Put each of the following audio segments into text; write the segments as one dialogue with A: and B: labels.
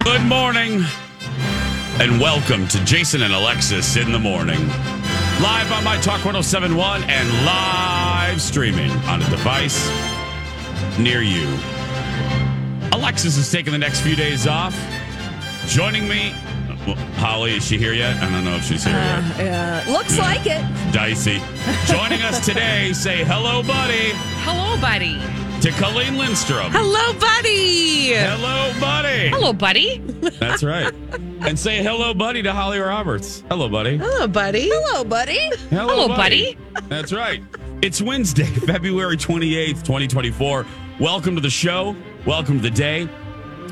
A: Good morning. And welcome to Jason and Alexis in the morning. Live on My Talk 1071 and live streaming on a device near you. Alexis is taking the next few days off. Joining me, well, Holly, is she here yet? I don't know if she's here yet.
B: Uh, looks like it.
C: Uh.
A: Dicey. Joining us today, say hello, buddy,
C: Hello, buddy.
A: to Colleen Lindstrom.
C: Hello, buddy.
A: Hello, buddy.
C: Hello, buddy.
A: That's right. and say hello, buddy, to Holly Roberts. Hello, buddy.
C: Hello, buddy.
B: Hello, buddy.
C: Hello, buddy.
A: That's right. It's Wednesday, February 28th, 2024. Welcome to the show. Welcome to the day.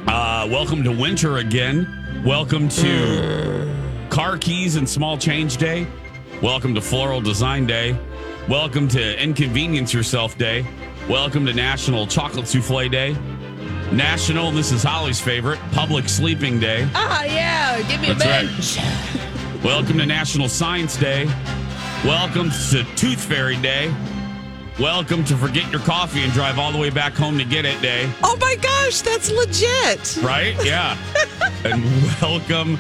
A: Uh, welcome to winter again. Welcome to car keys and small change day. Welcome to floral design day. Welcome to inconvenience yourself day. Welcome to National Chocolate Souffle Day. National, this is Holly's favorite, Public Sleeping Day.
B: Ah, yeah. Give me a minute.
A: That's right. Welcome to National Science Day. Welcome to Tooth Fairy Day. Welcome to Forget Your Coffee and Drive All the Way Back Home to Get It Day.
C: Oh my gosh, that's legit.
A: Right? Yeah. and welcome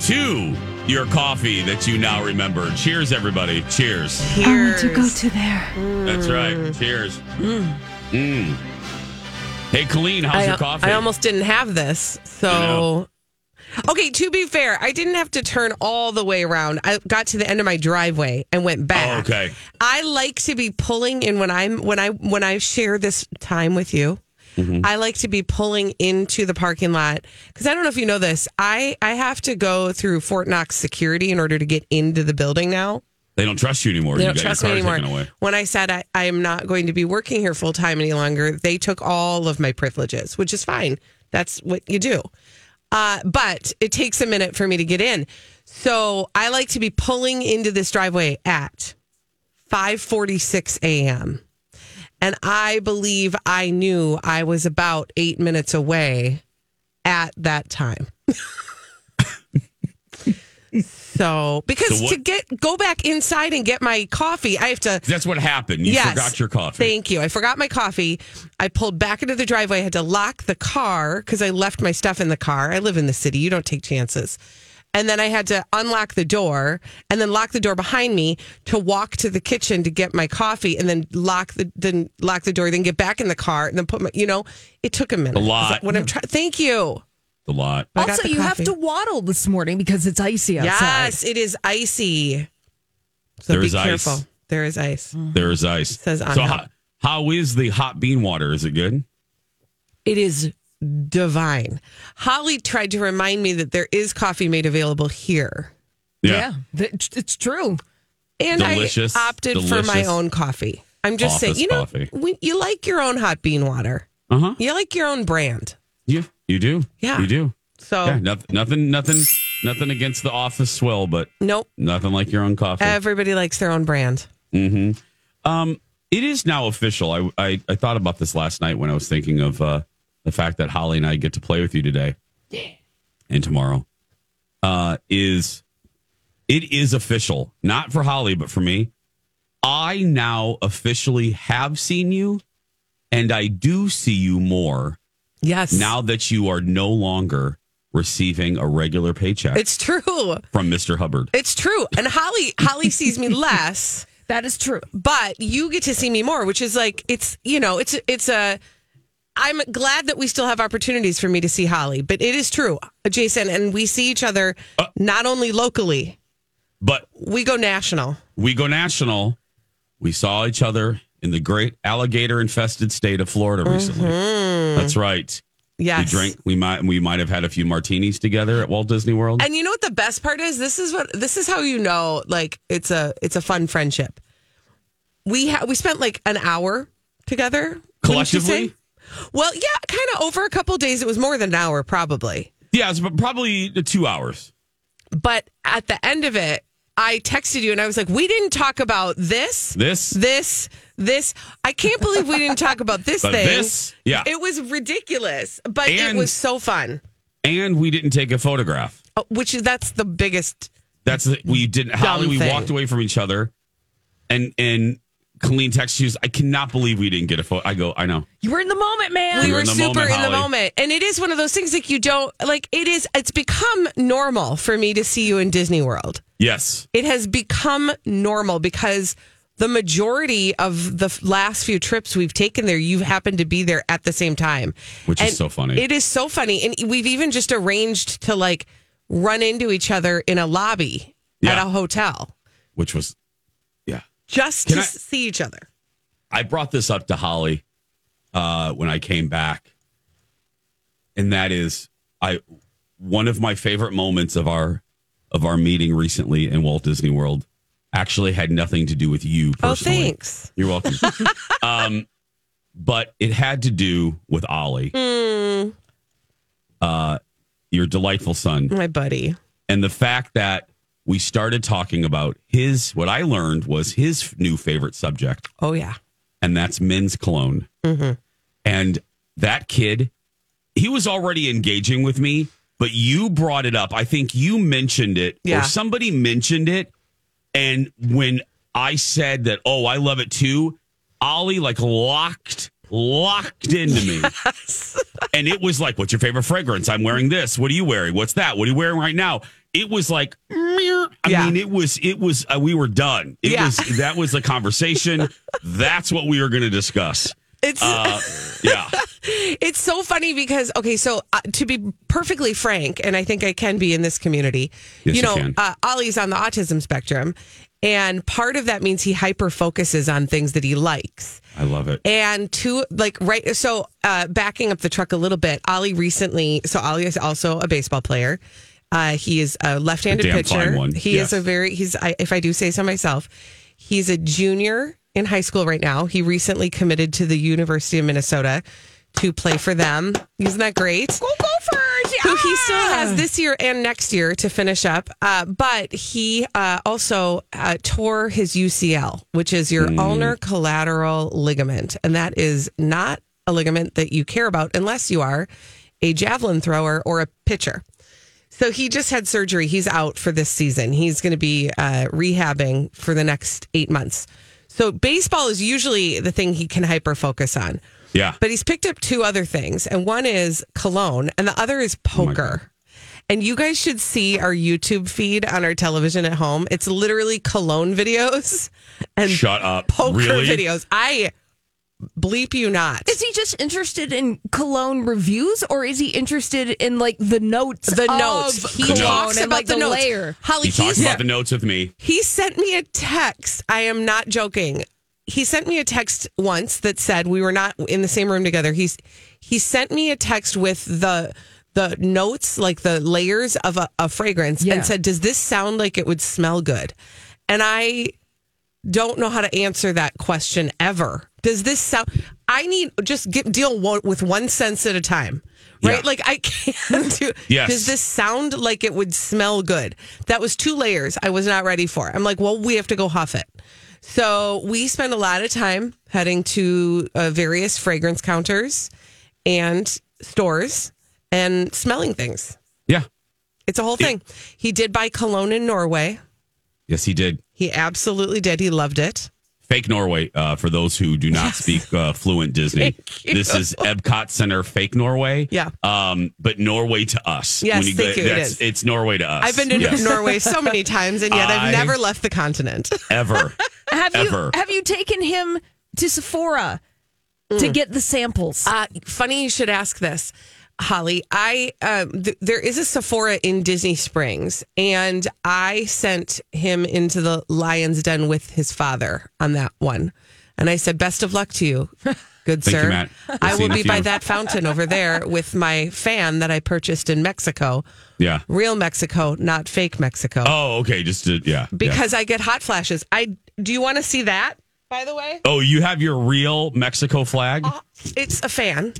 A: to your coffee that you now remember. Cheers, everybody. Cheers.
C: Cheers.
A: That's right. Cheers. Mm. Hey, Colleen, how's your coffee?
D: I almost didn't have this.
A: I
D: So,
A: know.
D: okay, to be fair, I didn't have to turn all the way around. I got to the end of my driveway and went
A: Oh,
D: back.
A: okay.
D: I like to be pulling in when I'm when I when I share this time with you.
A: Mm-hmm.
D: I like to be pulling into the parking lot because I don't know if you know this. I I have to go through Fort Knox security in order to get into the building now.
A: they don't trust you anymore.
D: They
A: you
D: don't
A: got
D: trust me
A: your car
D: anymore.
A: taken away.
D: When I said I, I am not going to be working here full time any longer, they took all of my privileges, which is fine. That's what you do. Uh, but it takes a minute for me to get in. So I like to be pulling into this driveway at 5:46 a.m. And I believe I knew I was about eight minutes away at that time. so because
A: So what-
D: to get go back inside and get my coffee, I have to
A: That's what happened. You
D: Yes.
A: forgot your coffee.
D: Thank you. I forgot my coffee. I pulled back into the driveway. I had to lock the car because I left my stuff in the car. I live in the city. You don't take chances. And then I had to unlock the door and then lock the door behind me to walk to the kitchen to get my coffee and then lock the then lock the door, then get back in the car and then put my you know, it took a minute.
A: A lot.
D: When I'm try- thank you.
A: a lot.
D: I got
B: Also,
D: the
B: you have
D: coffee.
B: to waddle this morning because it's icy outside.
D: Yes, it is icy. So
A: There
D: be
A: is ice.
D: careful. There is ice.
A: There is ice.
D: says on
A: so
D: it.
A: how, how is the hot bean water? Is it good?
D: It is divine. Holly tried to remind me that there is coffee made available here.
B: Yeah, th- it's- it's true.
D: And
A: Delicious,
D: I opted for my
A: delicious
D: own coffee. I'm just saying,
A: office
D: you know,
A: coffee.
D: when you like your own hot bean water.
A: Uh huh.
D: You like your own brand.
A: You you do.
D: Yeah. Oh.
A: You do.
D: So,
A: Yeah. Nothing. Nothing. Nothing. Nothing against the office swell, but
D: nope,
A: nothing like your own coffee.
D: everybody likes their own brand.
A: Um, it is now official. I, I I thought about this last night when I was thinking of uh, the fact that Holly and I get to play with you today, and tomorrow. Uh, is it is official? Not for Holly, but for me. I now officially have seen you, and I do see you more
D: Yes.
A: now that you are no longer receiving a regular paycheck
D: it's true.
A: from Mr. Hubbard.
D: It's true. And Holly Holly sees me less.
B: That is true.
D: but you get to see me more, which is like it's you know it's it's a. I'm glad that we still have opportunities for me to see Holly, but it is true, Jason, and we see each other
A: Uh,
D: not only locally,
A: But
D: we go national.
A: we go national. We saw each other in the great alligator infested state of Florida recently. That's right.
D: Yes,
A: We drank. We might. We might have had a few martinis together at Walt Disney World.
D: And you know what the best part is? This is what this is how you know like it's a it's a fun friendship. We ha- we spent like an hour together wouldn't you
A: Collectively?
D: say? Well, yeah, kind of over a couple days. It was more than an hour, probably.
A: yeah, it's about probably two hours.
D: But at the end of it, I texted you and I was like, we didn't talk about this,
A: This.
D: this, this. I can't believe we didn't talk about this
A: But
D: thing.
A: this? Yeah.
D: It was ridiculous, but
A: And-
D: it was so fun,
A: and we didn't take a photograph.
D: Uh, which is that's the biggest.
A: That's the, we didn't. Holly, we
D: thing.
A: walked away from each other, and and Colleen texts you. I cannot believe we didn't get a photo. I go, I know.
B: You were in the moment, man.
D: we
A: were
D: were
A: in the
D: super
A: moment,
D: in the
A: Holly.
D: moment and it is one of those things like you don't like it is it's become normal for me to see you in disney world
A: Yes.
D: it has become normal because the majority of the f- last few trips we've taken there, you've happened to be there at the same time.
A: Which is so funny.
D: It is so funny. And we've even just arranged to like run into each other in a lobby
A: Yeah.
D: at a hotel
A: Which was, yeah.
D: just
A: Can
D: to
A: I-
D: see each other.
A: I brought this up to Holly uh, when I came back, and that is I one of my favorite moments of our of our meeting recently in Walt Disney World actually had nothing to do with you
D: Oh,
A: personally.
D: thanks.
A: You're welcome. um, but it had to do with Ollie,
D: Hmm.
A: uh, your delightful son,
D: My buddy.
A: and the fact that we started talking about his. What I learned was his new favorite subject
D: Oh, yeah.
A: and that's men's cologne.
D: Mm-hmm.
A: And that kid, he was already engaging with me, but you brought it up. I think you mentioned it,
D: Yeah.
A: or somebody mentioned it. And when I said that, oh, I love it too, Ollie like locked, locked into me. and it was like, what's your favorite fragrance? I'm wearing this. What are you wearing? What's that? What are you wearing right now? It was like, meow. I
D: Yeah.
A: mean, it was, it was, uh, we were done. It
D: Yeah.
A: was, that was the conversation. That's what we were going to discuss.
D: It's.
A: Uh, yeah.
D: It's so funny because okay, so uh, to be perfectly frank, and I think I can be in this community.
A: Yes,
D: you
A: you
D: know,
A: can.
D: Uh, Ollie's on the autism spectrum, and part of that means he hyper focuses on things that he likes.
A: I love it.
D: And to like right, so uh, backing up the truck a little bit, Ollie recently. So Ollie is also a baseball player. Uh, he is a left-handed
A: A damn
D: pitcher.
A: fine one,
D: He
A: yes.
D: is a very he's I, if I do say so myself, he's a junior in high school right now. He recently committed to the University of Minnesota to play for them. Isn't that great?
B: Go Gophers!
D: who he still has this year and next year to finish up. Uh, but he uh, also uh, tore his UCL, which is your ulnar collateral ligament. And that is not a ligament that you care about unless you are a javelin thrower or a pitcher. So he just had surgery. He's out for this season. He's going to be uh, rehabbing for the next eight months. So baseball is usually the thing he can hyper focus on.
A: Yeah.
D: But he's picked up two other things, and one is cologne, and the other is
A: Oh my God.
D: poker. and you guys should see our YouTube feed on our television at home. It's literally cologne videos and
A: Shut up.
D: poker
A: really?
D: videos. I bleep you not.
B: Is he just interested in cologne reviews, or is he interested in like the notes?
D: the
B: of
D: notes. He
B: cologne
D: talks
B: and,
D: about
B: like,
D: the, notes.
B: layer.
D: Holly,
A: He talks
D: he's-
A: about the notes with me.
D: He sent me a text. I am not joking. He sent me a text once that said we were not in the same room together. He's he sent me a text with the the notes, like the layers of a, a fragrance,
B: Yeah.
D: and said, "Does this sound like it would smell good?" And I don't know how to answer that question ever. Does this sound? I need just get deal one, with one sense at a time, right?
A: Yeah.
D: Like I can't do.
A: Yes.
D: Does this sound like it would smell good? That was two layers I was not ready for. I'm like, well, we have to go huff it. So we spend a lot of time heading to uh, various fragrance counters and stores and smelling things.
A: Yeah.
D: It's a whole thing. He did buy cologne in Norway.
A: Yes, he did.
D: He absolutely did. He loved it.
A: Fake Norway, uh, for those who do not speak uh, fluent Disney.
D: Thank you.
A: This is Epcot Center, fake Norway.
D: Yeah.
A: Um, but Norway to us.
D: Yes,
A: you
D: thank
A: go-
D: you, it
A: that's-
D: is.
A: It's Norway to us.
D: I've been to
A: Yes.
D: Norway so many times, and yet
A: I-
D: I've never left the continent.
A: Ever.
B: Have
A: Ever.
B: you have you taken him to Sephora
D: Mm.
B: to get the samples?
D: Uh, funny you should ask this, Holly. I um, th- there is a Sephora in Disney Springs, and I sent him into the lion's den with his father on that one, and I said, "Best of luck to you, good
A: Thank you,
D: sir.
A: Matt. We'll
D: I
A: see you
D: will
A: in a
D: be by
A: few."
D: that fountain over there with my fan that I purchased in Mexico,
A: Yeah.
D: real Mexico, not fake Mexico,
A: Oh, okay. Just to, yeah. yeah.
D: because I get hot flashes. I do you want to see that? By the way,
A: Oh, you have your real Mexico flag?
D: it's a fan.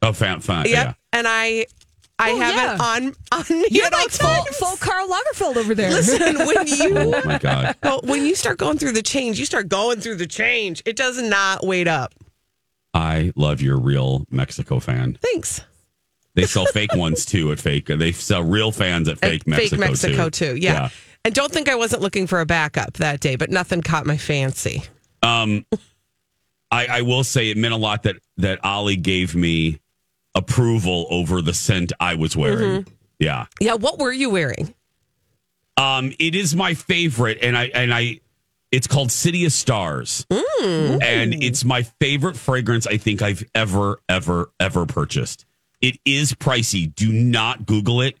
A: oh, fan, fan.
D: Uh, Yep.
A: Yeah.
D: And I I
B: Oh,
D: have it
B: yeah.
D: on on me
B: You're
D: at all
B: like full,
D: times.
B: full Karl Lagerfeld over there.
D: Listen, when you
A: Oh, my God.
D: well, when you start going through the change, you start going through the change. It does not wait up.
A: I love your real Mexico fan.
D: Thanks.
A: They sell fake ones too at fake. They sell real fans at
D: And
A: fake Mexico.
D: fake Mexico too. Yeah.
A: Yeah.
D: And don't think I wasn't looking for a backup that day, but nothing caught my fancy.
A: Um, I, I will say it meant a lot that that Ollie gave me approval over the scent I was wearing. Yeah.
D: Yeah, what were you wearing?
A: Um, it is my favorite, and I and I, it's called City of Stars,
D: Mm.
A: and it's my favorite fragrance I think I've ever ever ever purchased. It is pricey. Do not Google it.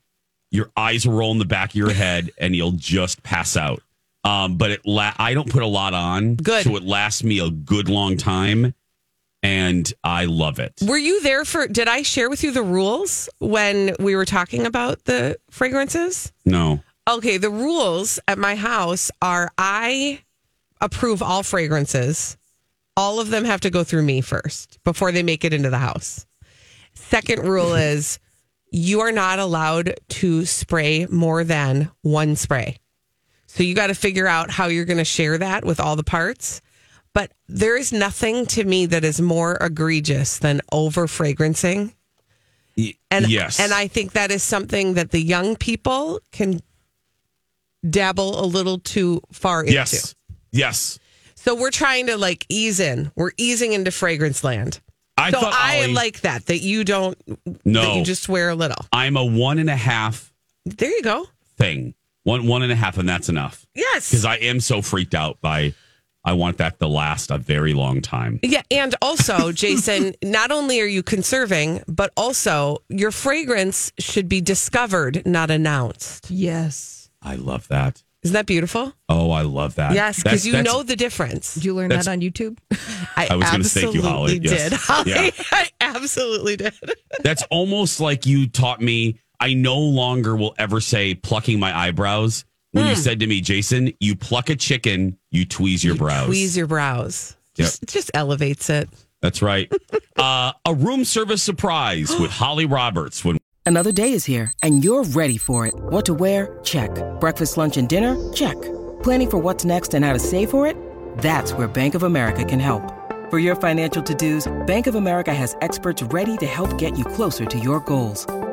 A: Your eyes will roll in the back of your head, and you'll just pass out. Um, but it la- I don't put a lot on,
D: Good.
A: so it lasts me a good long time, and I love it.
D: Were you there for did I share with you the rules when we were talking about the fragrances?
A: No,
D: Okay, the rules at my house are I approve all fragrances. All of them have to go through me first before they make it into the house. Second rule is you are not allowed to spray more than one spray. So you got to figure out how you're going to share that with all the parts. But there is nothing to me that is more egregious than over fragrancing.
A: Y-
D: And
A: yes,
D: and I think that is something that the young people can dabble a little too far into.
A: yes, yes.
D: So we're trying to like ease in. We're easing into fragrance land.
A: I
D: so
A: thought
D: I
A: Ollie-
D: like that that you don't that
A: no.
D: you just wear a little.
A: I'm a one and a half
D: There you go.
A: thing. One one and a half, and that's enough. Because
D: Yes.
A: I am so freaked out by I want that to last a very long time.
D: Yeah, and also, Jason, not only are you conserving, but also your fragrance should be discovered, not announced.
B: Yes.
A: I love that.
D: Isn't that beautiful?
A: Oh, I love that.
D: Yes,
A: That's-
D: because you
A: that's-
D: know the difference.
B: Did you learn
A: That's-
B: that on YouTube?
A: I was gonna thank you, Holly.
D: absolutely
A: Yes.
D: Did Holly?
A: Yeah.
D: I absolutely did.
A: That's almost like you taught me I no longer will ever say plucking my eyebrows when
D: Hmm.
A: you said to me, Jason, you pluck a chicken, you tweeze your brows.
D: Tweeze your brows.
A: Yep.
D: Just, it just elevates it.
A: That's right. uh, a room service surprise with Holly Roberts when
E: Another day is here, and you're ready for it. What to wear? Check. Breakfast, lunch, and dinner? Check. Planning for what's next and how to save for it? That's where Bank of America can help. For your financial to dos, Bank of America has experts ready to help get you closer to your goals.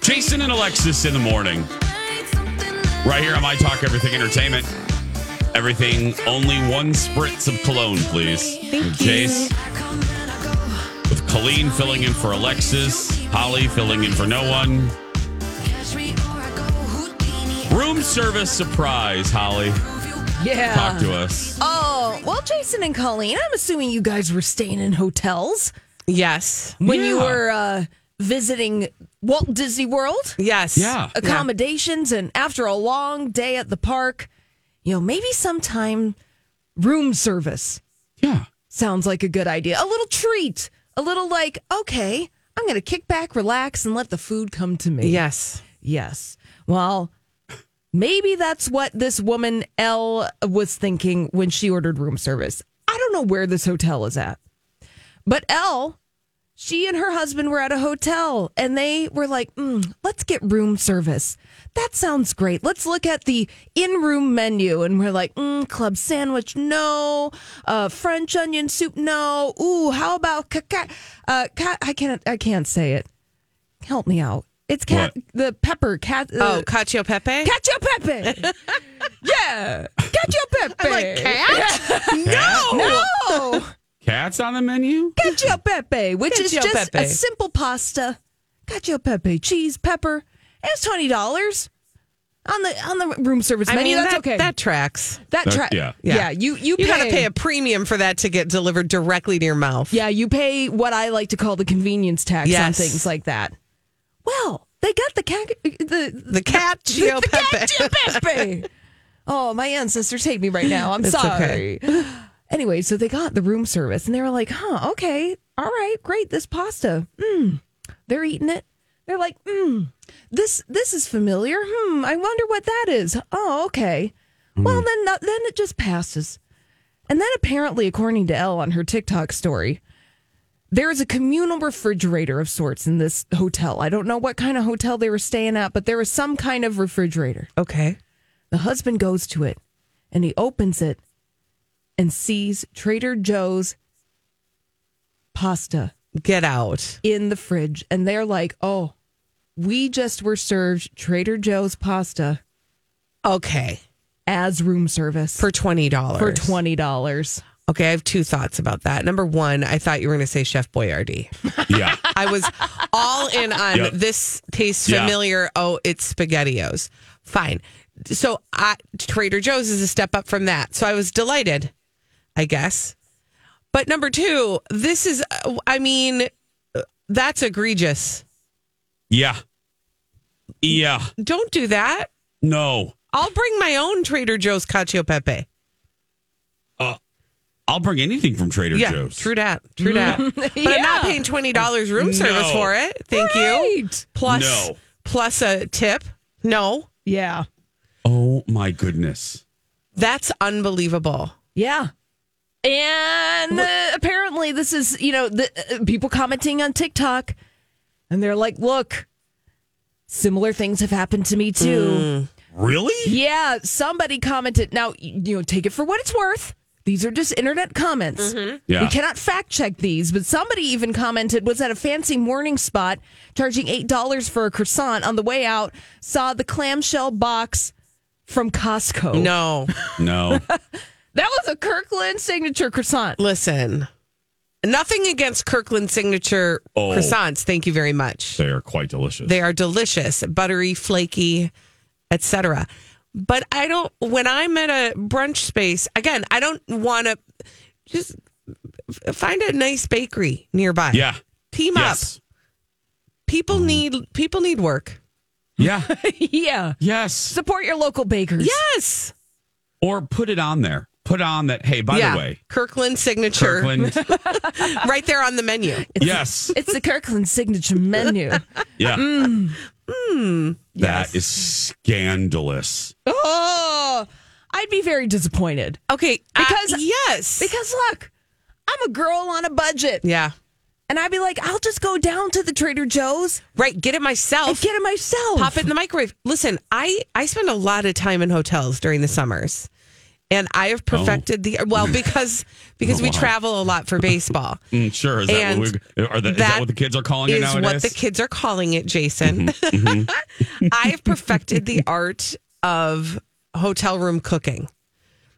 A: Jason and Alexis in the morning. Right here on My Talk Everything Entertainment. Everything, only one spritz of cologne, please. Thank Jace. With Colleen filling in for Alexis, Holly filling in for no one. Room service surprise, Holly.
B: Yeah.
A: Talk to us.
B: Oh, well, Jason and Colleen, I'm assuming you guys were staying in hotels
D: Yes.
B: when you
A: Yeah.
B: were uh, visiting Walt Disney World.
D: Yes.
A: Yeah.
B: Accommodations, and after a long day at the park, you know, maybe sometime room service
A: Yeah.
B: sounds like a good idea. A little treat, a little like, okay, I'm going to kick back, relax, and let the food come to me.
D: Yes.
B: Yes. Well, maybe that's what this woman L was thinking when she ordered room service. I don't know where this hotel is at. But L, she and her husband were at a hotel and they were like, mm, let's get room service. That sounds great. Let's look at the in room menu. And we're like, mm, club sandwich, no. Uh, French onion soup, no. Ooh, how about caca? Uh, ca- I can't, I can't say it. Help me out. It's cat,
A: What?
B: the pepper, cat.
D: Oh,
B: Uh,
D: cacio e pepe.
B: Cacio e pepe. yeah. Cacio e pepe.
D: like cat?
A: No!
B: No.
A: Cats on the menu?
B: Cacio e pepe, which is
D: Cacio e
B: just
D: pepe.
B: a simple pasta. Cacio e pepe, cheese, pepper. It's twenty dollars on the on the room service
D: I
B: menu.
D: mean,
B: that's
D: that,
B: okay.
D: that tracks.
B: that
A: That-
B: tra-
A: yeah.
B: yeah. You you,
D: You
B: pay,
D: got to pay a premium for that to get delivered directly to your mouth.
B: yeah. You pay what I like to call the convenience tax on
D: Yes.
B: things like that. Well, they got the ca- the
D: The cacio e
B: the
D: pepe.
B: Cacio e pepe. Oh, my ancestors hate me right now. I'm sorry. Anyway, so they got the room service and they were like, huh, okay, all right, great. This pasta, mm. they're eating it. They're like, mm, this this is familiar. Hmm, I wonder what that is. Oh, okay. Well, then that- then it just passes. And then apparently, according to Elle on her TikTok story, there is a communal refrigerator of sorts in this hotel. I don't know what kind of hotel they were staying at, but there was some kind of refrigerator.
D: Okay.
B: The husband goes to it and he opens it and sees Trader Joe's pasta
D: Get out.
B: in the fridge. And they're like, oh, we just were served Trader Joe's pasta
D: Okay.
B: as room service
D: For $20.
B: for $20.
D: Okay, I have two thoughts about that. Number one, I thought you were going to say Chef Boyardee.
A: Yeah.
D: I was all in on
A: Yep.
D: this tastes
A: Yeah.
D: familiar. Oh, it's SpaghettiOs. Fine. So I, Trader Joe's is a step up from that. So I was delighted, I guess. But number two, this is, uh, I mean, uh, that's egregious.
A: Yeah. Yeah.
D: Don't do that.
A: No.
D: I'll bring my own Trader Joe's cacio e pepe.
A: I'll bring anything from Trader
D: Yeah,
A: Joe's.
D: true dat, true dat. But I'm not paying twenty dollars room service
A: No.
D: for it. Thank you.
B: Right.
D: Plus,
A: No.
D: plus a tip. No,
B: Yeah.
A: oh my goodness.
D: that's unbelievable.
B: Yeah. And uh, apparently, this is, you know, the, uh, people commenting on TikTok and they're like, look, similar things have happened to me too.
A: Really?
B: Yeah, somebody commented. Now, you know, take it for what it's worth. These are just internet comments.
A: Yeah.
B: We cannot fact check these, but somebody even commented was at a fancy morning spot charging $8 for a croissant on the way out, saw the clamshell box from Costco.
D: No,
A: No.
B: That was a Kirkland signature croissant.
D: listen, nothing against Kirkland signature
A: Oh.
D: croissants. Thank you very much.
A: they are quite delicious.
D: They are delicious, buttery, flaky, etc. But I don't. When I'm at a brunch space, again, I don't want to just find a nice bakery nearby.
A: Yeah.
D: team up.
A: Yes. Mm-hmm.
D: People need people need work.
A: Yeah.
B: yeah.
A: yes.
B: Support your local bakers.
D: Yes.
A: Or put it on there. Put on that. Hey, by
D: yeah.
A: the way,
D: Kirkland signature
A: Kirkland.
D: right there on the menu.
A: yes.
B: It's the Kirkland signature menu.
A: Yeah.
D: Mm.
A: That is scandalous.
B: oh, I'd be very disappointed.
D: Okay. uh,
B: Because-
D: yes.
B: Because look, I'm a girl on a budget.
D: yeah.
B: And I'd be like, I'll just go down to the Trader Joe's
D: Right. Get it
B: and
D: myself.
B: get Oh, it myself.
D: Pop it in the microwave. Listen, I I spend a lot of time in hotels during the summers, and I have perfected the well because because we
A: Why?
D: travel a lot for baseball.
A: Mm, sure. Is that, what
D: And
A: we, are the, is that what the kids are calling it
D: is
A: nowadays?
D: what the kids are calling it, Jason. I've perfected the art of hotel room cooking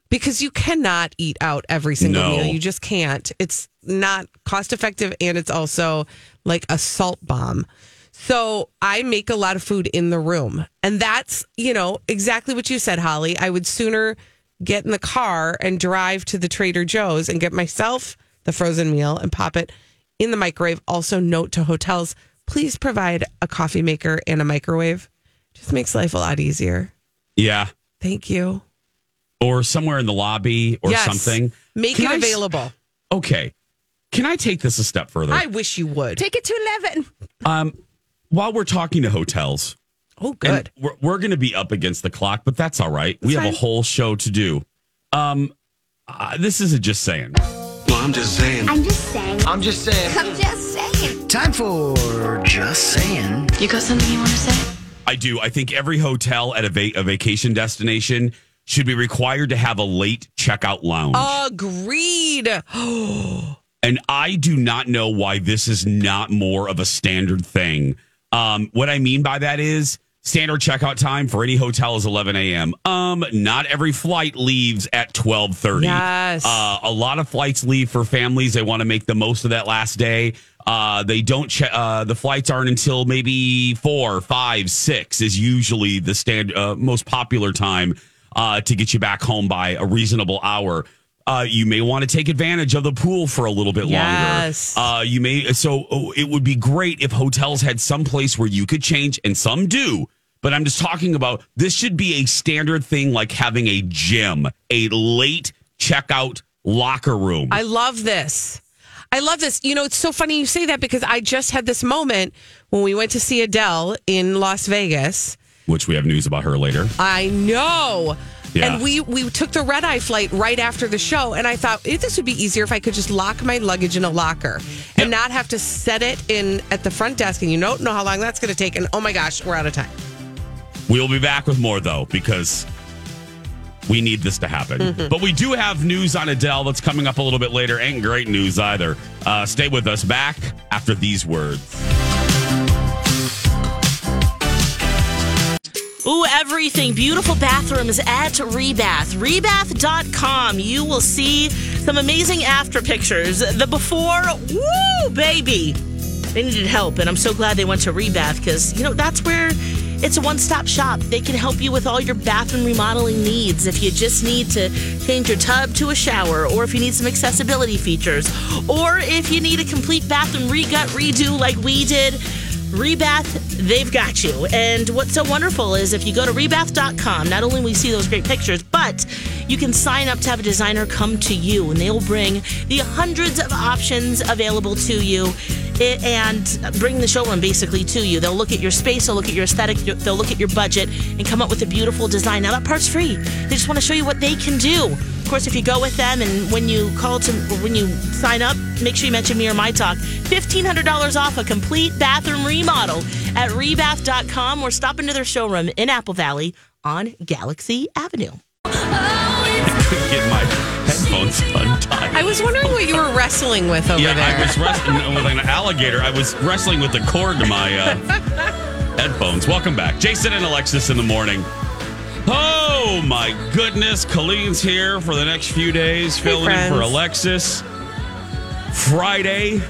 D: because you cannot eat out every single
A: No.
D: meal. You just can't. It's not cost effective and it's also like a salt bomb. So I make a lot of food in the room. And that's, you know, exactly what you said, Holly. I would sooner get in the car and drive to the Trader Joe's and get myself the frozen meal and pop it in the microwave. Also, note to hotels please provide a coffee maker and a microwave. Just makes life a lot easier.
A: yeah.
D: Thank you.
A: Or somewhere in the lobby or
D: Yes.
A: something.
D: Make
A: Can
D: it
A: I s-
D: available.
A: okay. Can I take this a step further?
D: I wish you would.
B: Take it to 11.
A: While we're talking to hotels,
D: oh,
A: and
D: good.
A: we're, we're going to be up against the clock, but that's all right. we have a
D: fine.
A: whole show to do. Um, uh, this isn't just saying.
F: Well, I'm just saying.
G: I'm just saying.
F: I'm just saying.
G: I'm just saying.
F: Time for just saying.
H: You got something you want to say?
A: I do. I think every hotel at a, va- a vacation destination should be required to have a late checkout lounge.
D: Oh, Agreed.
A: And I do not know why this is not more of a standard thing. Um, what I mean by that is standard checkout time for any hotel is 11 a.m. Um, not every flight leaves at 12:30.
D: Yes.
A: Uh, a lot of flights leave for families. They want to make the most of that last day. Uh, they don't. Che- uh, the flights aren't until maybe four, five, six is usually the stand uh, most popular time uh, to get you back home by a reasonable hour. Uh, you may want to take advantage of the pool for a little bit
D: Yes.
A: longer. Uh, you may. So oh, it would be great if hotels had some place where you could change, and some do. But I'm just talking about this should be a standard thing like having a gym, a late checkout locker room.
D: I love this. I love this. You know, it's so funny you say that because I just had this moment when we went to see Adele in Las Vegas.
A: which we have news about her later.
D: I know.
A: Yeah.
D: And we, we took the red eye flight right after the show. And I thought eh, this would be easier if I could just lock my luggage in a locker and not have to set it in at the front desk. And you don't know how long that's going to take. And oh my gosh, we're out of time.
A: We'll be back with more though because we need this to happen.
D: Mm-hmm.
A: But we do have news on Adele that's coming up a little bit later. Ain't great news either. Uh, stay with us. Back after these words.
G: Ooh, everything. Beautiful bathrooms at Rebath. Rebath.com. You will see some amazing after pictures. The before, woo, baby. They needed help, and I'm so glad they went to Rebath because, you know, that's where it's a one stop shop. They can help you with all your bathroom remodeling needs. If you just need to change your tub to a shower, or if you need some accessibility features, or if you need a complete bathroom regut redo like we did. Rebath, they've got you. And what's so wonderful is if you go to rebath.com, not only will you see those great pictures, but you can sign up to have a designer come to you and they'll bring the hundreds of options available to you i- and bring the showroom basically to you. They'll look at your space, they'll look at your aesthetic, they'll look at your budget and come up with a beautiful design. Now that part's free. They just want to show you what they can do. Of course, if you go with them and when you call to or when you sign up, make sure you mention me or my talk. Fifteen hundred dollars off a complete bathroom remodel at rebath.com or stop into their showroom in Apple Valley on Galaxy Avenue.
A: Get my headphones untied.
D: I was wondering what you were wrestling with over
A: yeah,
D: there.
A: I was wrestling with an alligator. I was wrestling with the cord to my uh, headphones. Welcome back, Jason and Alexis in the morning. Oh my goodness, Colleen's here for the next few days, filling in for
D: friends.
A: Alexis. Friday,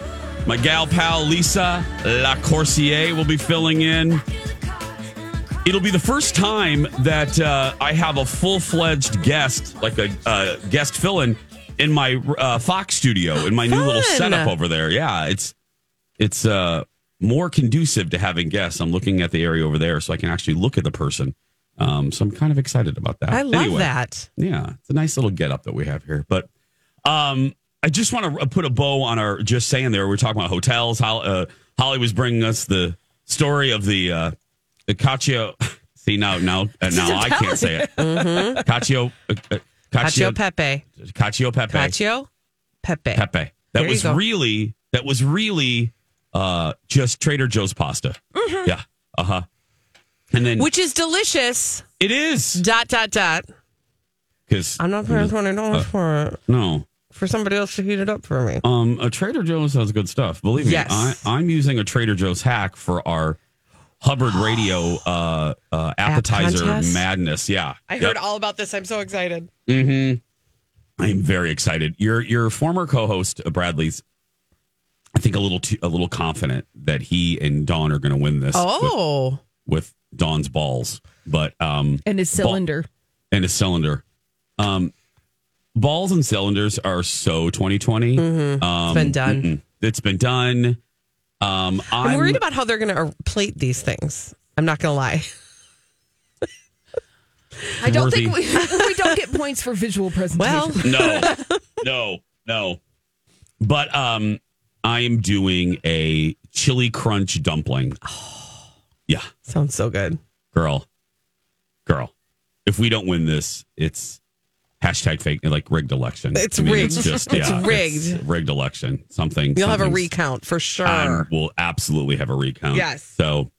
A: my gal pal Lisa LaCourcier will be filling in. It'll be the first time that uh, I have a full fledged guest, like a uh, guest fill in, in my uh, Fox studio, in my new little
D: Fun.
A: setup over there. Yeah, it's it's uh, more conducive to having guests. I'm looking at the area over there, so I can actually look at the person. Um, so I'm kind of excited about that.
D: I love
A: Anyway.
D: that.
A: Yeah, it's a nice little get up that we have here. But um, I just want to put a bow on our just saying there. We're talking about hotels. How uh, Holly was bringing us the story of the uh, the Cacio. See now, now, uh, now I can't say it. Cacio, uh, uh,
D: Cacio
A: Cacio,
D: Pepe.
A: Cacio Pepe,
D: Cacio Pepe.
A: Pepe.
D: There
A: That
D: you
A: was
D: go.
A: really that was really uh, just Trader Joe's pasta. Yeah. Uh huh. And then
D: Mm-hmm. Which is delicious.
A: it is
D: Dot, dot, dot.
A: because
D: I'm not paying $20
A: Uh.
D: for it.
A: no.
D: For somebody else to heat it up for me.
A: Um, a Trader Joe's has good stuff. Believe me,
D: Yes.
A: I, I'm using a Trader Joe's hack for our Hubbard Radio uh, uh, appetizer
D: contest?
A: madness. Yeah,
D: I
A: Yep.
D: heard all about this. I'm so excited.
A: I'm very excited. Your your former co-host uh, Bradley's, I think a little too, a little confident that he and Dawn are going to win this. with,
D: Oh,
A: with Dawn's balls, but um,
B: And his
A: Ball-
B: cylinder.
A: and a cylinder. Um, balls and cylinders are so 2020.
B: Mm-hmm.
A: Um,
D: been done.
A: mm-mm. It's been done. Um,
D: I'm,
A: I'm,
D: worried about how they're going to plate these things. I'm not going to lie.
B: I don't think
A: Worthy.
B: we, we don't get points for visual presentation.
D: Well,
A: no, no, no. But um, I am doing a chili crunch dumpling. Yeah,
D: sounds so good.
A: girl, girl. If we don't win this, it's hashtag fake like rigged election. It's
D: It's rigged.
A: just
D: It's
A: yeah,
D: rigged.
A: rigged election. Something.
D: You'll have a
A: something's-
D: recount for sure.
A: Um, we'll absolutely have a recount.
D: Yes.
A: So,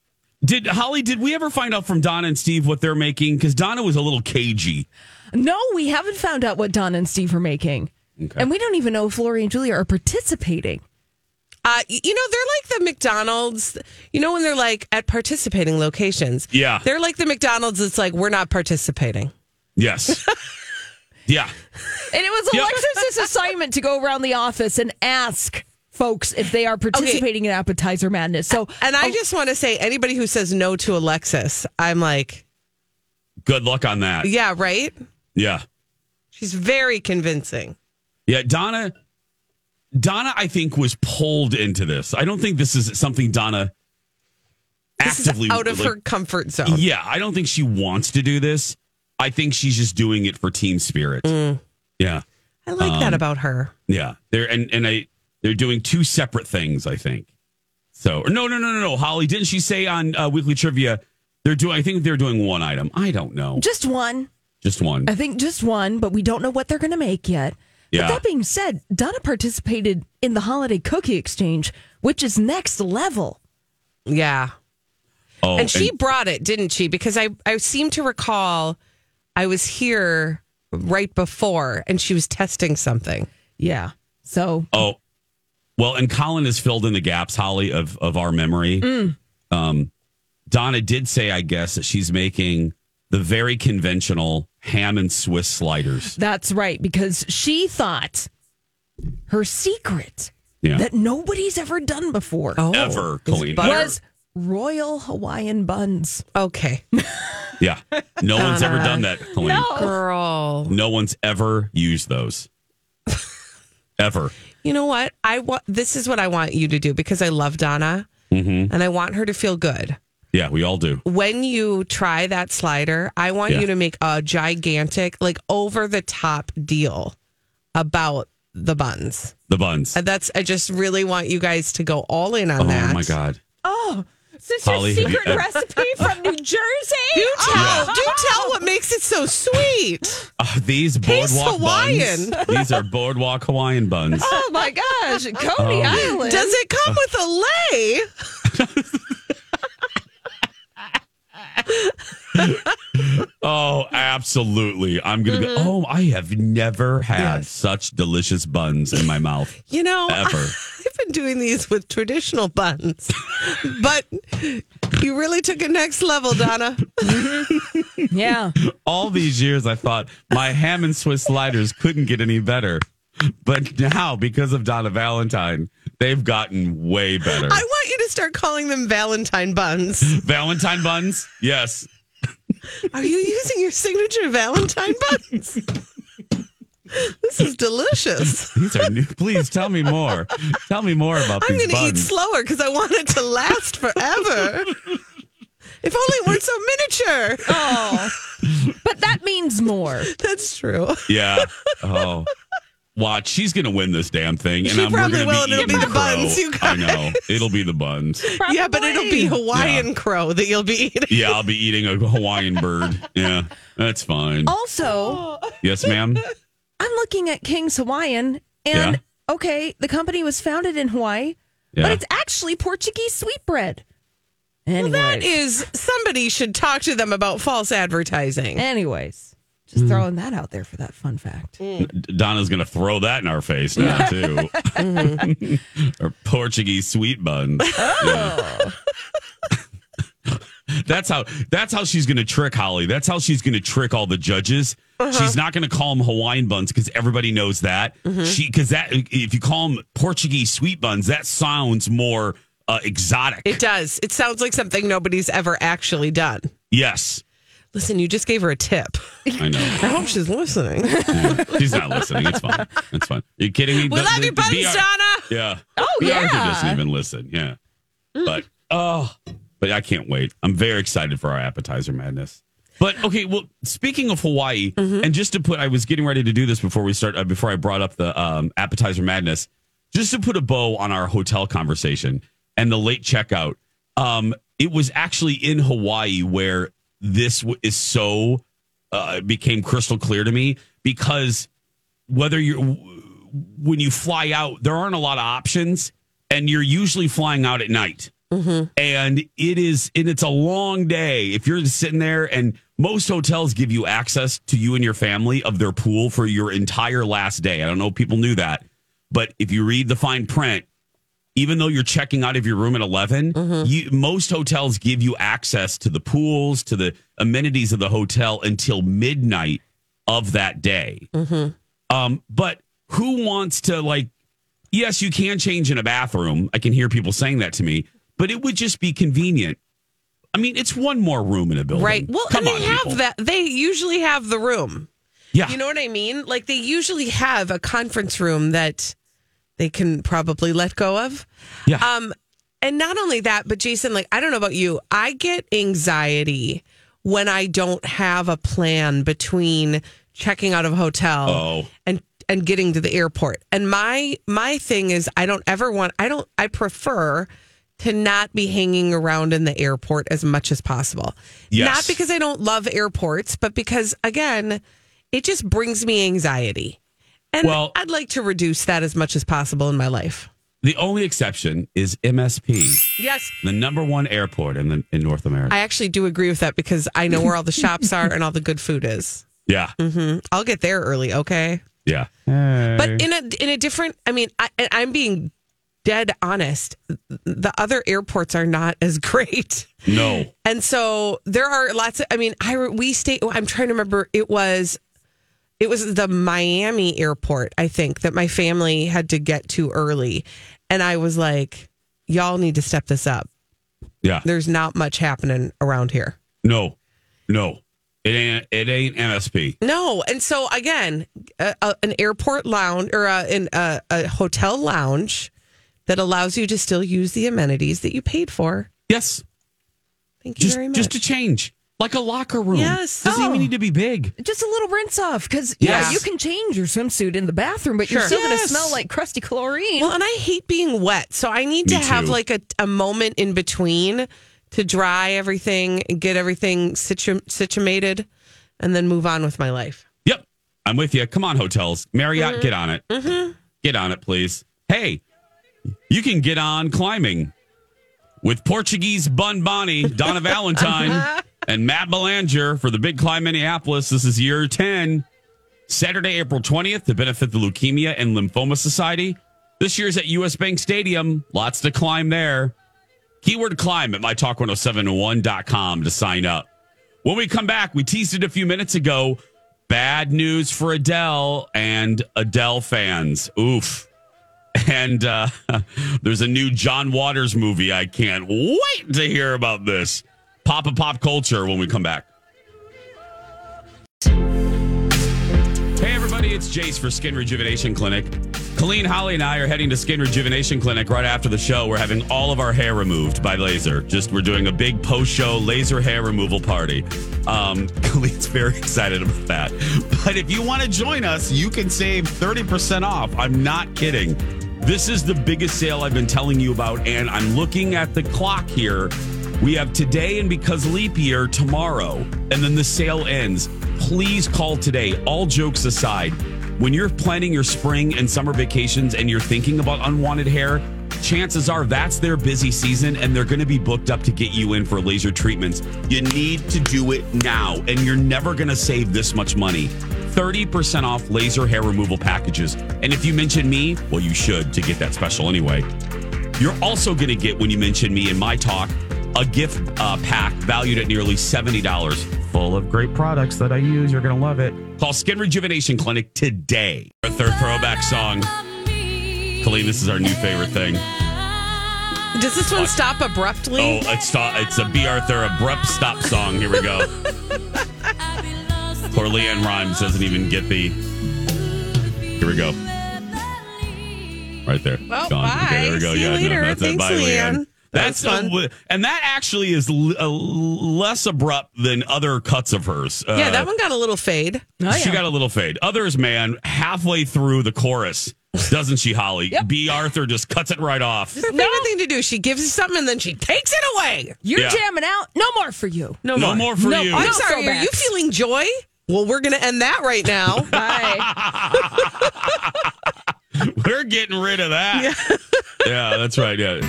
A: did Holly? Did we ever find out from Donna and Steve what they're making? Because Donna was a little cagey.
B: no, we haven't found out what Don and Steve are making. And we don't even know if Lori and Julia are participating.
D: Uh, y- you know, they're like the McDonald's, you know, when they're like at participating locations.
A: Yeah.
D: They're like the McDonald's. It's like, we're not participating.
A: Yes. yeah.
B: And it was
A: Yep.
B: Alexis's assignment to go around the office and ask folks if they are participating in appetizer madness. So oh,
D: And I just want to say, anybody who says no to Alexis, I'm like,
A: Good luck on that.
D: yeah, right?
A: Yeah.
D: She's very convincing.
A: Yeah. Donna. Donna, I think, was pulled into this. I don't think this is something Donna actively
D: out of
A: like-
D: her comfort zone.
A: Yeah, I don't think she wants to do this. I think she's just doing it for team spirit. Yeah,
D: I like
A: Um,
D: that about her.
A: yeah. They're and and I they're doing two separate things. I think. So or no no no no no Holly didn't she say on uh, weekly trivia they're doing I think they're doing one item I don't know
B: Just one.
A: just one
B: I think just one, but we don't know what they're going to make yet.
A: Yeah.
B: But that being said, Donna participated in the holiday cookie exchange, which is next level.
D: Yeah.
A: oh
D: and she brought it, didn't she? Because I, I seem to recall I was here right before and she was testing something.
B: Yeah. So
A: Oh, well, and Colin has filled in the gaps, Holly, of of our memory. Um, Donna did say, I guess, that she's making the very conventional ham and Swiss sliders.
B: that's right, because she thought her secret
A: Yeah,
B: that nobody's ever done before
A: ever, Colleen.
D: Oh. butter-
A: Ever.
B: was royal Hawaiian buns.
D: Okay.
A: Yeah, no one's ever done that, Colleen.
D: Girl.
A: No one's ever used those. ever.
D: You know what? I want this is what I want you to do because I love Donna
A: Mm-hmm.
D: and I want her to feel good.
A: Yeah, we all do.
D: When you try that slider, I want
A: Yeah.
D: you to make a gigantic, like over the top deal about the buns.
A: The buns.
D: And That's I just really want you guys to go all in on
A: Oh
D: that.
A: my god.
B: This
A: Holly, have you secret ever-
B: recipe from New Jersey.
D: Do tell, do tell what makes it so sweet.
A: Uh, these
D: Taste
A: boardwalk
D: Hawaiian.
A: buns. These are boardwalk Hawaiian buns.
B: Oh my gosh, Coney Island.
D: Does it come with a lay?
A: Oh, absolutely. I'm going to
D: Mm-hmm.
A: go. Oh, I have never had such delicious buns in my mouth
D: You know,
A: ever.
D: I've been doing these with traditional buns, but you really took it next level, Donna.
B: Yeah.
A: All these years, I thought my ham and Swiss sliders couldn't get any better. But now, because of Donna Valentine, they've gotten way better.
D: I want you to start calling them Valentine buns.
A: Valentine buns? Yes.
D: Are you using your signature Valentine buns? This is delicious.
A: These are new. Please tell me more. Tell me more about
D: I'm
A: these
D: going to eat
A: buns.
D: slower because I want it to last forever. If only it weren't so miniature.
B: Oh. but that means more.
D: That's true.
A: yeah. Oh. Watch, she's gonna win this damn thing, and
D: She
A: I'm we're
D: probably
A: gonna
D: will, and
A: be
D: it'll be
A: eating
D: the buns,
A: crow.
D: you
A: I know it'll be the buns.
D: Yeah, but it'll be Hawaiian crow that you'll be eating.
A: Yeah, I'll be eating a Hawaiian bird. Yeah, that's fine.
D: Oh.
B: Also,
A: Yes, ma'am.
B: I'm looking at King's Hawaiian and okay, the company was founded in Hawaii,
A: Yeah.
B: but it's actually Portuguese sweetbread.
D: Well,
B: Anyways,
D: that is somebody should talk to them about false advertising.
B: anyways,
A: Hmm.
B: just throwing that out there for that fun fact.
A: Donna's gonna throw that in our face now too.
D: Mm-hmm.
A: or Portuguese sweet buns.
D: Oh.
A: Yeah. that's how. That's how she's gonna trick Holly. That's how she's gonna trick all the judges.
D: Uh-huh.
A: She's not gonna call them Hawaiian buns because everybody knows that.
D: Mm-hmm.
A: She because that if you call them Portuguese sweet buns, that sounds more uh, exotic.
D: It does. It sounds like something nobody's ever actually done.
A: yes,
D: Listen, you just gave her a tip.
A: I know.
D: I hope she's listening.
A: Yeah. She's not listening. It's fine. It's fine. you kidding me?
D: We love you, buttons, Donna.
A: Yeah. Oh yeah. Arthur doesn't even listen. Yeah. But oh, but I can't wait. I'm very excited for our appetizer madness. But okay, well, speaking of Hawaii, and just to put, I was getting ready to do this before we start. Uh, before I brought up the um, appetizer madness, just to put a bow on our hotel conversation and the late checkout. Um, it was actually in Hawaii where this w- is so uh, it became crystal clear to me because whether you're when you fly out, there aren't a lot of options, and you're usually flying out at night. And it is, and it's a long day. If you're just sitting there, and most hotels give you access to you and your family of their pool for your entire last day. I don't know if people knew that, but if you read the fine print, even though you're checking out of your room at 11
D: Mm-hmm.
A: you, most hotels give you access to the pools to the amenities of the hotel until midnight of that day
D: Mm-hmm.
A: um, but who wants to like yes you can change in a bathroom i can hear people saying that to me but it would just be convenient i mean it's one more room in a building
D: Right. Well,
A: Come
D: and
A: on,
D: they have
A: people.
D: that. They usually have the room.
A: yeah
D: You know what I mean? Like they usually have a conference room that they can probably let go of.
A: yeah
D: Um, And not only that, but Jason, like, I don't know about you, I get anxiety when I don't have a plan between checking out of a hotel
A: Oh.
D: and and getting to the airport. And my my thing is I don't ever want I don't I prefer to not be hanging around in the airport as much as possible.
A: Yes.
D: Not because I don't love airports, but because again, it just brings me anxiety. And
A: Well-
D: I'd like to reduce that as much as possible in my life.
A: The only exception is MSP,
D: Yes.
A: the number one airport in the, in North America.
D: I actually do agree with that because I know where all the shops are and all the good food is.
A: yeah,
D: Mm-hmm. I'll get there early, okay?
A: yeah.
D: But in a in a different, I mean, I, and I'm being dead honest. The other airports are not as great,
A: No,
D: and so there are lots of. I mean, I re- we stay. oh, I'm trying to remember. It was. It was the Miami airport, I think, that my family had to get to early. And I was like, y'all need to step this up.
A: yeah,
D: There's not much happening around here.
A: no, no. It ain't. It ain't MSP.
D: No, and so again, a, a, an airport lounge or a, in a, a hotel lounge that allows you to still use the amenities that you paid for.
A: Yes,
D: Thank you
A: just
D: very much.
A: just a change, like a locker room.
D: Yes. Oh.
A: doesn't even need to be big.
B: Just a little rinse off because
A: Yes.
B: yeah, you can change your swimsuit in the bathroom, but
D: Sure.
B: you're still
D: Yes.
B: gonna smell like crusty chlorine.
D: well, and I hate being wet, so I need to
A: Me
D: have
A: too.
D: like a, a moment in between to dry everything, and get everything situ- situated, and then move on with my life.
A: Yep, I'm with you. Come on, hotels, Marriott, get on it. Get on it, please. Hey, you can get on climbing with Portuguese Bun Bonnie, Donna Valentine, and Matt Belanger for the Big Climb Minneapolis. This is year ten. Saturday, April 20th, to benefit the Leukemia and Lymphoma Society. This year's at US Bank Stadium. Lots to climb there. Keyword climb at mytalk1071.com to sign up. When we come back, we teased it a few minutes ago. Bad news for Adele and Adele fans. Oof. And uh, there's a new John Waters movie. I can't wait to hear about this. Pop a pop culture when we come back. Hey, everybody, it's Jace for Skin Rejuvenation Clinic. Colleen, Holly, and I are heading to Skin Rejuvenation Clinic right after the show. We're having all of our hair removed by laser. Just we're doing a big post show laser hair removal party. Um, Colleen's very excited about that. But if you want to join us, you can save 30% off. I'm not kidding. This is the biggest sale I've been telling you about, and I'm looking at the clock here. We have today and because leap year tomorrow, and then the sale ends. Please call today. All jokes aside, when you're planning your spring and summer vacations and you're thinking about unwanted hair, chances are that's their busy season and they're going to be booked up to get you in for laser treatments. You need to do it now, and you're never going to save this much money. 30% off laser hair removal packages. And if you mention me, well, you should to get that special anyway. You're also going to get, when you mention me in my talk, a gift uh, pack valued at nearly $70, full of great products that I use. You're going to love it. Call Skin Rejuvenation Clinic today. Our third throwback song. Colleen, this is our new favorite thing.
D: Does this one stop
A: Oh,
D: abruptly?
A: it's a, it's a B. Arthur abrupt stop song. Here we go. Poor Leanne Rhymes doesn't even get the. Here we go. Right there.
D: Well,
A: Gone.
D: bye. See you later. Thanks, Leanne.
A: That's,
D: That was
A: a-
D: fun.
A: and that actually is l- a l- less abrupt than other cuts of hers. Uh,
D: yeah, that one got a little fade.
A: She got a little fade. Others, man, halfway through the chorus, doesn't she, Holly? B. Arthur just cuts it right off.
D: Her favorite thing to do. She gives you something and then she takes it away.
B: you're
A: yeah.
B: jamming out. No more for you.
A: No, more. for
B: No,
A: you.
B: I
D: I'm
B: No
D: sorry. Are you
B: throwbacks.
D: feeling joy? Well, we're going to end that right now.
B: Bye.
A: We're getting rid of that. Yeah, that's right. Yeah.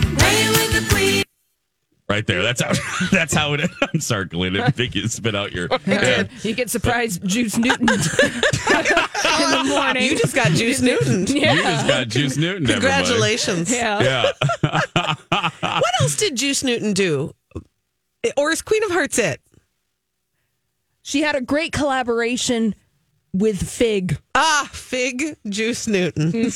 A: Right there. That's how. That's how it. I'm sorry, Glenn. I didn't think you spit out your. Yeah.
B: You get surprised Juice Newton in the morning.
D: You just got Juice Newton.
A: You just got Juice Newton. everybody.
D: Congratulations.
B: yeah.
A: Yeah.
D: What else did Juice Newton do? Or is Queen of Hearts it?
B: She had a great collaboration with Fig.
D: Ah, Fig Juice Newton.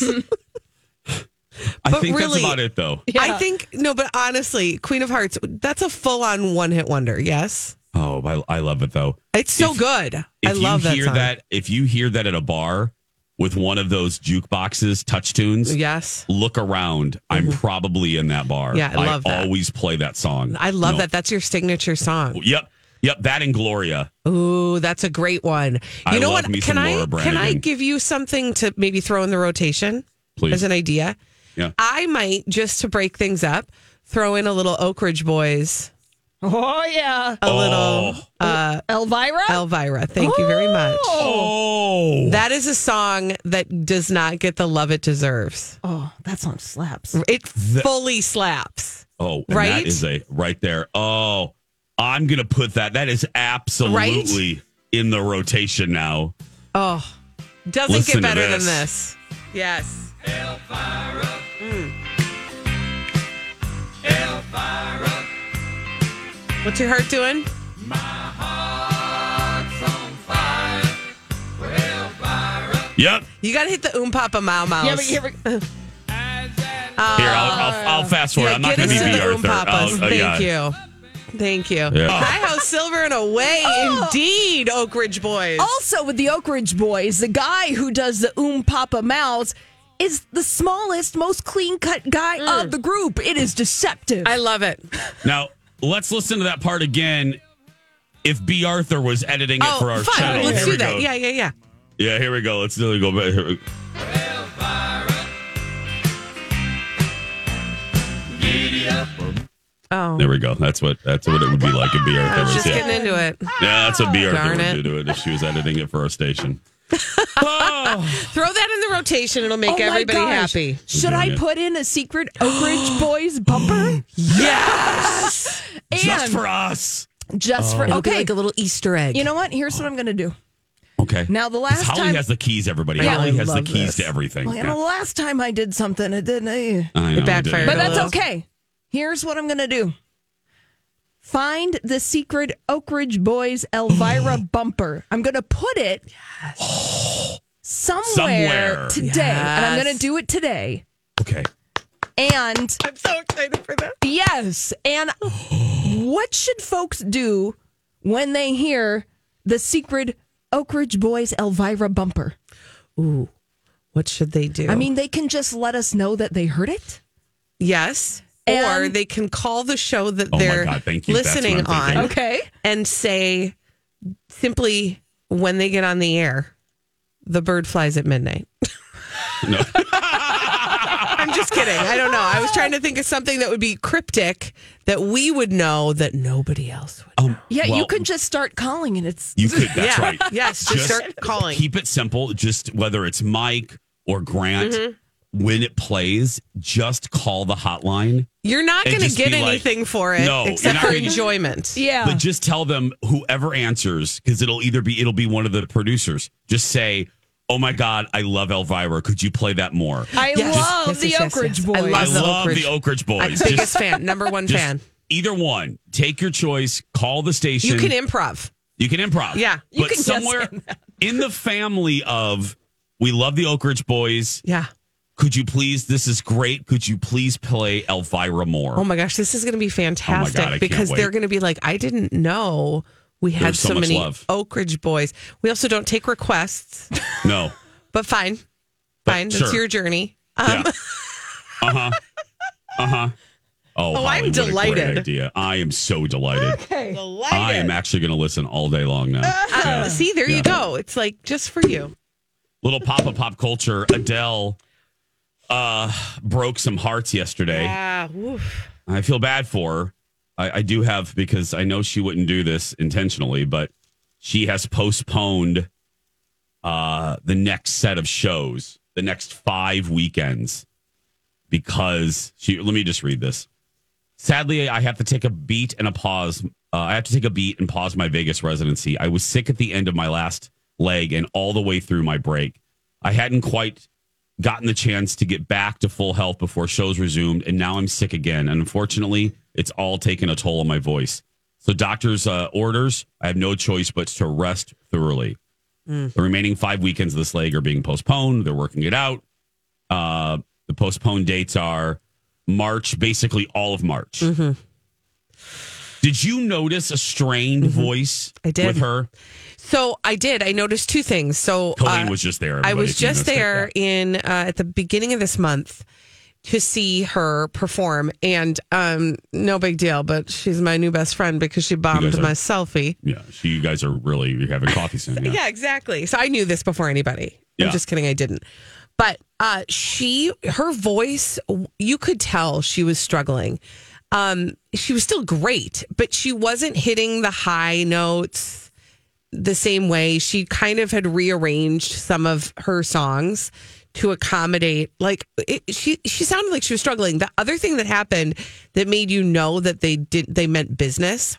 A: I
D: But
A: think
D: really-
A: that's about it, though.
D: I think, no, but honestly, Queen of Hearts, that's a full on one hit wonder. Yes.
A: Oh, I, I love it though.
D: It's so
A: If-
D: good. I
A: If
D: love
A: you
D: that
A: hear
D: song.
A: that, if you hear that at a bar, with one of those jukeboxes, touch tunes,
D: Yes.
A: look around. I'm probably in that bar.
D: Mm-hmm. Yeah, I love that.
A: always play that song.
D: I love
A: No-
D: that. That's your signature song.
A: Yep. Yep. That and Gloria.
D: Ooh, that's a great one. You
A: Oh, I
D: know
A: love
D: what?
A: me some
D: Can I
A: Laura
D: can I
A: Branigan.
D: give you something to maybe throw in the rotation
A: Please.
D: as an idea?
A: Yeah.
D: I might just to break things up, throw in a little Oak Ridge Boys,
B: Oh yeah,
D: a little uh,
B: Elvira.
D: Elvira. Thank you very much.
A: Oh.
D: That is a song that does not get the love it deserves.
B: oh, that song slaps.
D: It fully slaps.
A: oh. and
D: right?
A: That is a right there. Oh. I'm gonna put that. That is absolutely in the rotation now.
D: Oh, doesn't
A: Listen to
D: get better
A: this.
D: than this. Yes. Mm. Elvira. What's your heart doing?
A: Yep.
D: You got to hit the oom papa mau mouse.
B: Yeah, but you ever-
A: Here, I'll, I'll, I'll fast forward.
D: Ah. Yeah,
A: I'm not
D: get
A: gonna
D: us
A: be
D: to
A: B.
D: the oom
A: Arthur.
D: papas.
A: I'll- uh, yeah.
D: Thank you. Thank you.
A: Yeah.
D: Hi ho, silver and away,
B: Oh.
D: indeed, Oak Ridge boys.
B: Also, with the Oak Ridge Boys, the guy who does the Oom Papa Mouths is the smallest, most clean cut guy
D: Mm.
B: of the group. It is deceptive.
D: I love it.
A: Now let's listen to that part again. If B. Arthur was editing it for our
D: fun.
A: channel,
D: Oh, Let's
A: here
D: do
A: we
D: that.
A: go.
D: Yeah, yeah, yeah.
A: Yeah, here we go. Let's do go back. Here we-
D: Oh,
A: There we go. That's what that's what it would be like if B. Arthur was.
D: just
A: Yeah.
D: getting into it.
A: yeah, that's what B. Arthur
D: Darn
A: would
D: it.
A: do to it if she was editing it for our station. oh,
D: Throw that in the rotation. It'll make
B: Oh my
D: everybody
B: gosh.
D: happy.
B: Should
A: Doing
B: I
A: it.
B: put in a secret Oak Ridge Boys bumper?
D: Yes.
B: And
A: just for us.
B: just for okay.
D: little Easter egg.
B: you know what? Here's what I'm gonna do.
A: Okay.
B: Now, the last
A: Holly
B: time-
A: has the keys. Everybody.
D: Yeah.
A: Holly
D: I
A: has the
D: love
A: keys
D: this.
A: to everything.
B: Well, you
A: Yeah.
B: know, the last time I did something, it didn't. eh.
A: I know,
D: It backfired
A: didn't-
D: a
B: But
D: Hello.
B: that's okay. Here's what I'm going to do. Find the secret Oak Ridge Boys Elvira bumper. I'm going to put it somewhere,
A: Somewhere.
B: today. And I'm
D: Yes.
B: going to do it today.
A: Okay.
B: And
D: I'm so excited for that.
B: yes, and what should folks do when they hear the secret Oak Ridge Boys Elvira bumper?
D: What should they do?
B: I mean, they can just let us know that they heard it.
D: yes. or
B: And-
D: they can call the show that
A: Oh my
D: they're
A: God, thank you. That's what
D: listening
A: I'm thinking.
D: on
B: Okay.
D: and say simply when they get on the air, the bird flies at midnight.
A: No.
D: I'm just kidding. I don't know. I was trying to think of something that would be cryptic that we would know that nobody else would.
A: Um,
B: Yeah, you
A: well,
B: can just start calling and it's
A: You could. That's
D: Yeah.
A: right.
D: Yes, just start calling.
A: Keep it simple. Just whether it's Mike or Grant,
D: Mm-hmm.
A: when it plays, just call the hotline.
D: You're not
A: And
D: going to
A: just
D: get
A: be like,
D: anything for it
A: no, you're
D: except
A: not
D: for
A: gonna-
D: enjoyment.
B: Yeah.
A: But just tell them whoever answers, because it'll either be it'll be one of the producers. Just say, "Oh my God, I love Elvira. Could you play that more?"
B: I
D: Yes.
B: love
D: Yes,
B: the
D: yes,
B: Oak
D: yes,
B: Ridge
D: yes. I
B: Boys.
A: I
D: love the Oak
A: love
D: Ridge.
A: the Oak Ridge
D: I'm
A: Boys.
D: biggest
A: Just,
D: fan, number one
A: just
D: fan.
A: either one. Take your choice. Call the station.
D: You can improv.
A: You can improv.
D: Yeah, you
A: but
D: can just
A: somewhere in the family of we love the Oak Ridge Boys.
D: Yeah.
A: Could you please? This is great. Could you please play Elvira more?
D: Oh my gosh, this is going to be fantastic
A: I can't
D: because they're
A: wait.
D: going to be like, I didn't know we had
A: There's so
D: so,
A: much
D: many
A: love.
D: Oak Ridge boys. We also don't take requests,
A: No.
D: but fine,
A: But
D: fine.
A: sure.
D: It's your journey.
A: Yeah. Uh huh. Uh huh. Oh,
D: I'm
A: Holly, what a great
D: delighted.
A: idea. I am so delighted. I am
D: Delighted.
A: actually going to listen all day long now. Yeah.
D: Uh, See, there
A: Yeah.
D: you go. It's like just for you.
A: Little pop of pop culture. Adele uh, broke some hearts yesterday.
D: Yeah. Woof.
A: I feel bad for her. I, I do have because I know she wouldn't do this intentionally, but she has postponed uh, the next set of shows, the next five weekends, because she. Let me just read this. Sadly, I have to take a beat and a pause. Uh, I have to take a beat and pause my Vegas residency. I was sick at the end of my last leg and all the way through my break. I hadn't quite gotten the chance to get back to full health before shows resumed, and now I'm sick again. And unfortunately, it's all taken a toll on my voice. So, doctor's uh, orders, I have no choice but to rest thoroughly.
D: Mm.
A: The remaining five weekends of this leg are being postponed. They're working it out. Uh, the postponed dates are March, basically all of March.
D: Mm-hmm.
A: Did you notice a strained voice
D: Mm-hmm. I did.
A: with her?
D: So I did. I noticed two things. So
A: Colleen
D: uh,
A: was just there.
D: I
A: everybody,
D: was
A: if you
D: just
A: missed it,
D: there
A: yeah.
D: in uh, at the beginning of this month to see her perform, and um, no big deal. But she's my new best friend because she bombed
A: guys are-
D: my selfie.
A: Yeah, so you guys are really you're having coffee soon. Yeah.
D: Yeah, exactly. So I knew this before anybody.
A: Yeah.
D: I'm just kidding. I didn't. But uh, she, her voice, you could tell she was struggling. Um, she was still great, but she wasn't hitting the high notes the same way. She kind of had rearranged some of her songs to accommodate. Like it, she, she sounded like she was struggling. The other thing that happened that made you know that they did, they meant business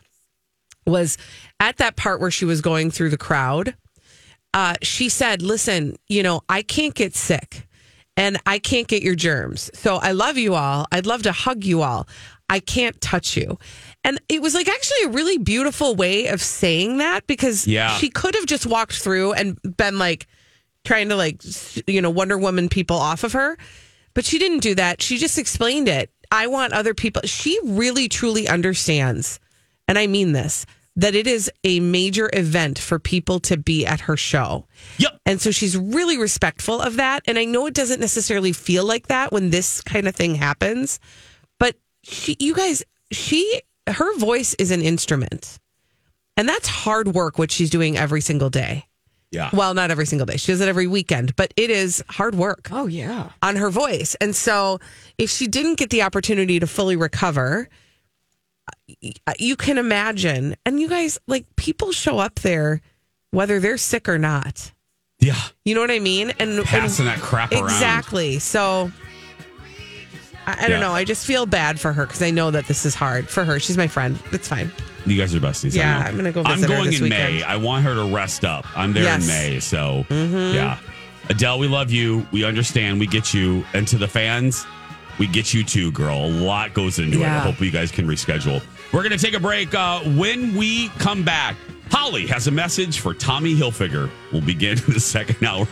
D: was at that part where she was going through the crowd uh, she said, Listen, you know, I can't get sick and I can't get your germs. So I love you all. I'd love to hug you all. I can't touch you. And it was like actually a really beautiful way of saying that because
A: Yeah.
D: she could have just walked through and been like trying to like, s- you know, Wonder Woman people off of her. But she didn't do that. She just explained it. I want other people. She really truly understands and I mean this, that it is a major event for people to be at her show.
A: Yep.
D: And so she's really respectful of that. And I know it doesn't necessarily feel like that when this kind of thing happens, but she, you guys, she, her voice is an instrument. And that's hard work, what she's doing every single day.
A: Yeah.
D: Well, not every single day. She does it every weekend, but it is hard work
B: Oh, yeah.
D: on her voice. And so, if she didn't get the opportunity to fully recover, uh, you can imagine. And you guys, like, people show up there whether they're sick or not.
A: yeah.
D: You know what I mean? And
A: Passing
D: and-
A: that crap around.
D: exactly. So. I, I
A: Yeah.
D: don't know. I just feel bad for her because I know that this is hard for her. She's my friend. It's fine.
A: You guys are besties. I
D: Yeah,
A: know.
D: I'm gonna go
A: I'm
D: visit her
A: going
D: this
A: in May.
D: weekend.
A: I want her to rest up. I'm there in
D: Yes. Mm-hmm.
A: May, so yeah. Adele, we love you. We understand. We get you. And to the fans, we get you too, girl. A lot goes into it.
D: Yeah.
A: I hope you guys can reschedule. We're gonna take a break. Uh, when we come back, Holly has a message for Tommy Hilfiger. We'll begin the second hour.